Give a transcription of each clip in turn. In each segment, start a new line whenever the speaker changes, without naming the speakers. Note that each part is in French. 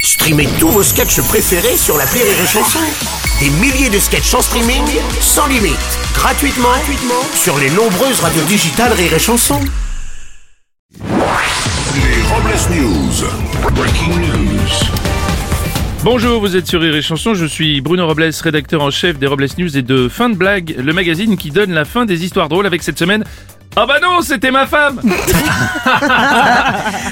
Streamez tous vos sketchs préférés sur la Rire et Chanson. Des milliers de sketchs en streaming, sans limite, gratuitement, gratuitement sur les nombreuses radios digitales Rire et Chanson.
Les Robles News. Breaking news.
Bonjour, vous êtes sur Rire et Chanson, je suis Bruno Robles, rédacteur en chef des Robles News et de Fin de Blague, le magazine qui donne la fin des histoires drôles avec cette semaine. Ah bah non, c'était ma femme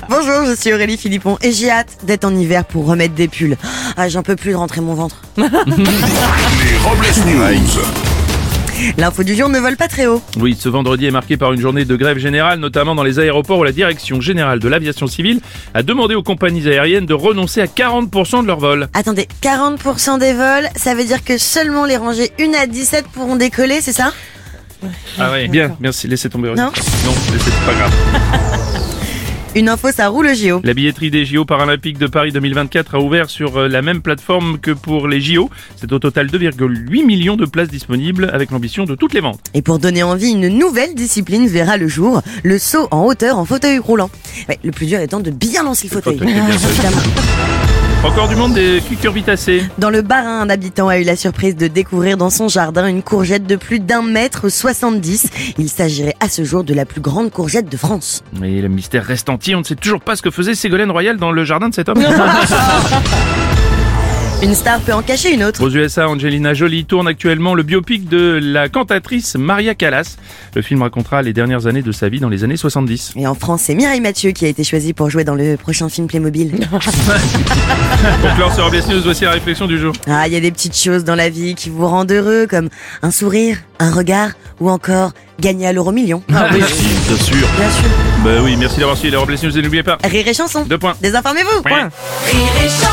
Bonjour, je suis Aurélie Philippon et j'ai hâte d'être en hiver pour remettre des pulls. Ah, j'en peux plus de rentrer mon ventre.
Les Robles News.
L'info du jour ne vole pas très haut.
Oui, ce vendredi est marqué par une journée de grève générale, notamment dans les aéroports où la Direction Générale de l'Aviation Civile a demandé aux compagnies aériennes de renoncer à 40% de leurs vols.
Attendez, 40% des vols, ça veut dire que seulement les rangées 1 à 17 pourront décoller, c'est ça
Ah oui Bien, merci, laissez tomber. Aurélie.
Non.
Non, laissez, c'est pas grave.
Une info, ça roule au JO.
La billetterie des JO Paralympiques de Paris 2024 a ouvert sur euh, la même plateforme que pour les JO. C'est au total 2,8 millions de places disponibles avec l'ambition de toutes les ventes.
Et pour donner envie, une nouvelle discipline verra le jour, le saut en hauteur en fauteuil roulant. Ouais, le plus dur étant de bien lancer le fauteuil.
fauteuil, c'est bien ça.
Évidemment.
Encore du monde des cucurbitacées.
Dans le Barin, un habitant a eu la surprise de découvrir dans son jardin une courgette de plus d'un mètre 70. Il s'agirait à ce jour de la plus grande courgette de France.
Et le mystère reste entier, on ne sait toujours pas ce que faisait Ségolène Royal dans le jardin de cet homme.
Une star peut en cacher une autre.
Aux USA, Angelina Jolie tourne actuellement le biopic de la cantatrice Maria Callas. Le film racontera les dernières années de sa vie dans les années 70.
Et en France, c'est Mireille Mathieu qui a été choisie pour jouer dans le prochain film Playmobil.
Pour clore sur RBS News, voici la réflexion du jour.
Ah, il y a des petites choses dans la vie qui vous rendent heureux, comme un sourire, un regard, ou encore gagner à l'euro million.
Merci, bien sûr.
Ah Bien sûr.
Bah oui, merci d'avoir suivi les Robles News et n'oubliez pas.
Rire et chanson.
Deux points.
Désinformez-vous.
Point.
Rire et chanson.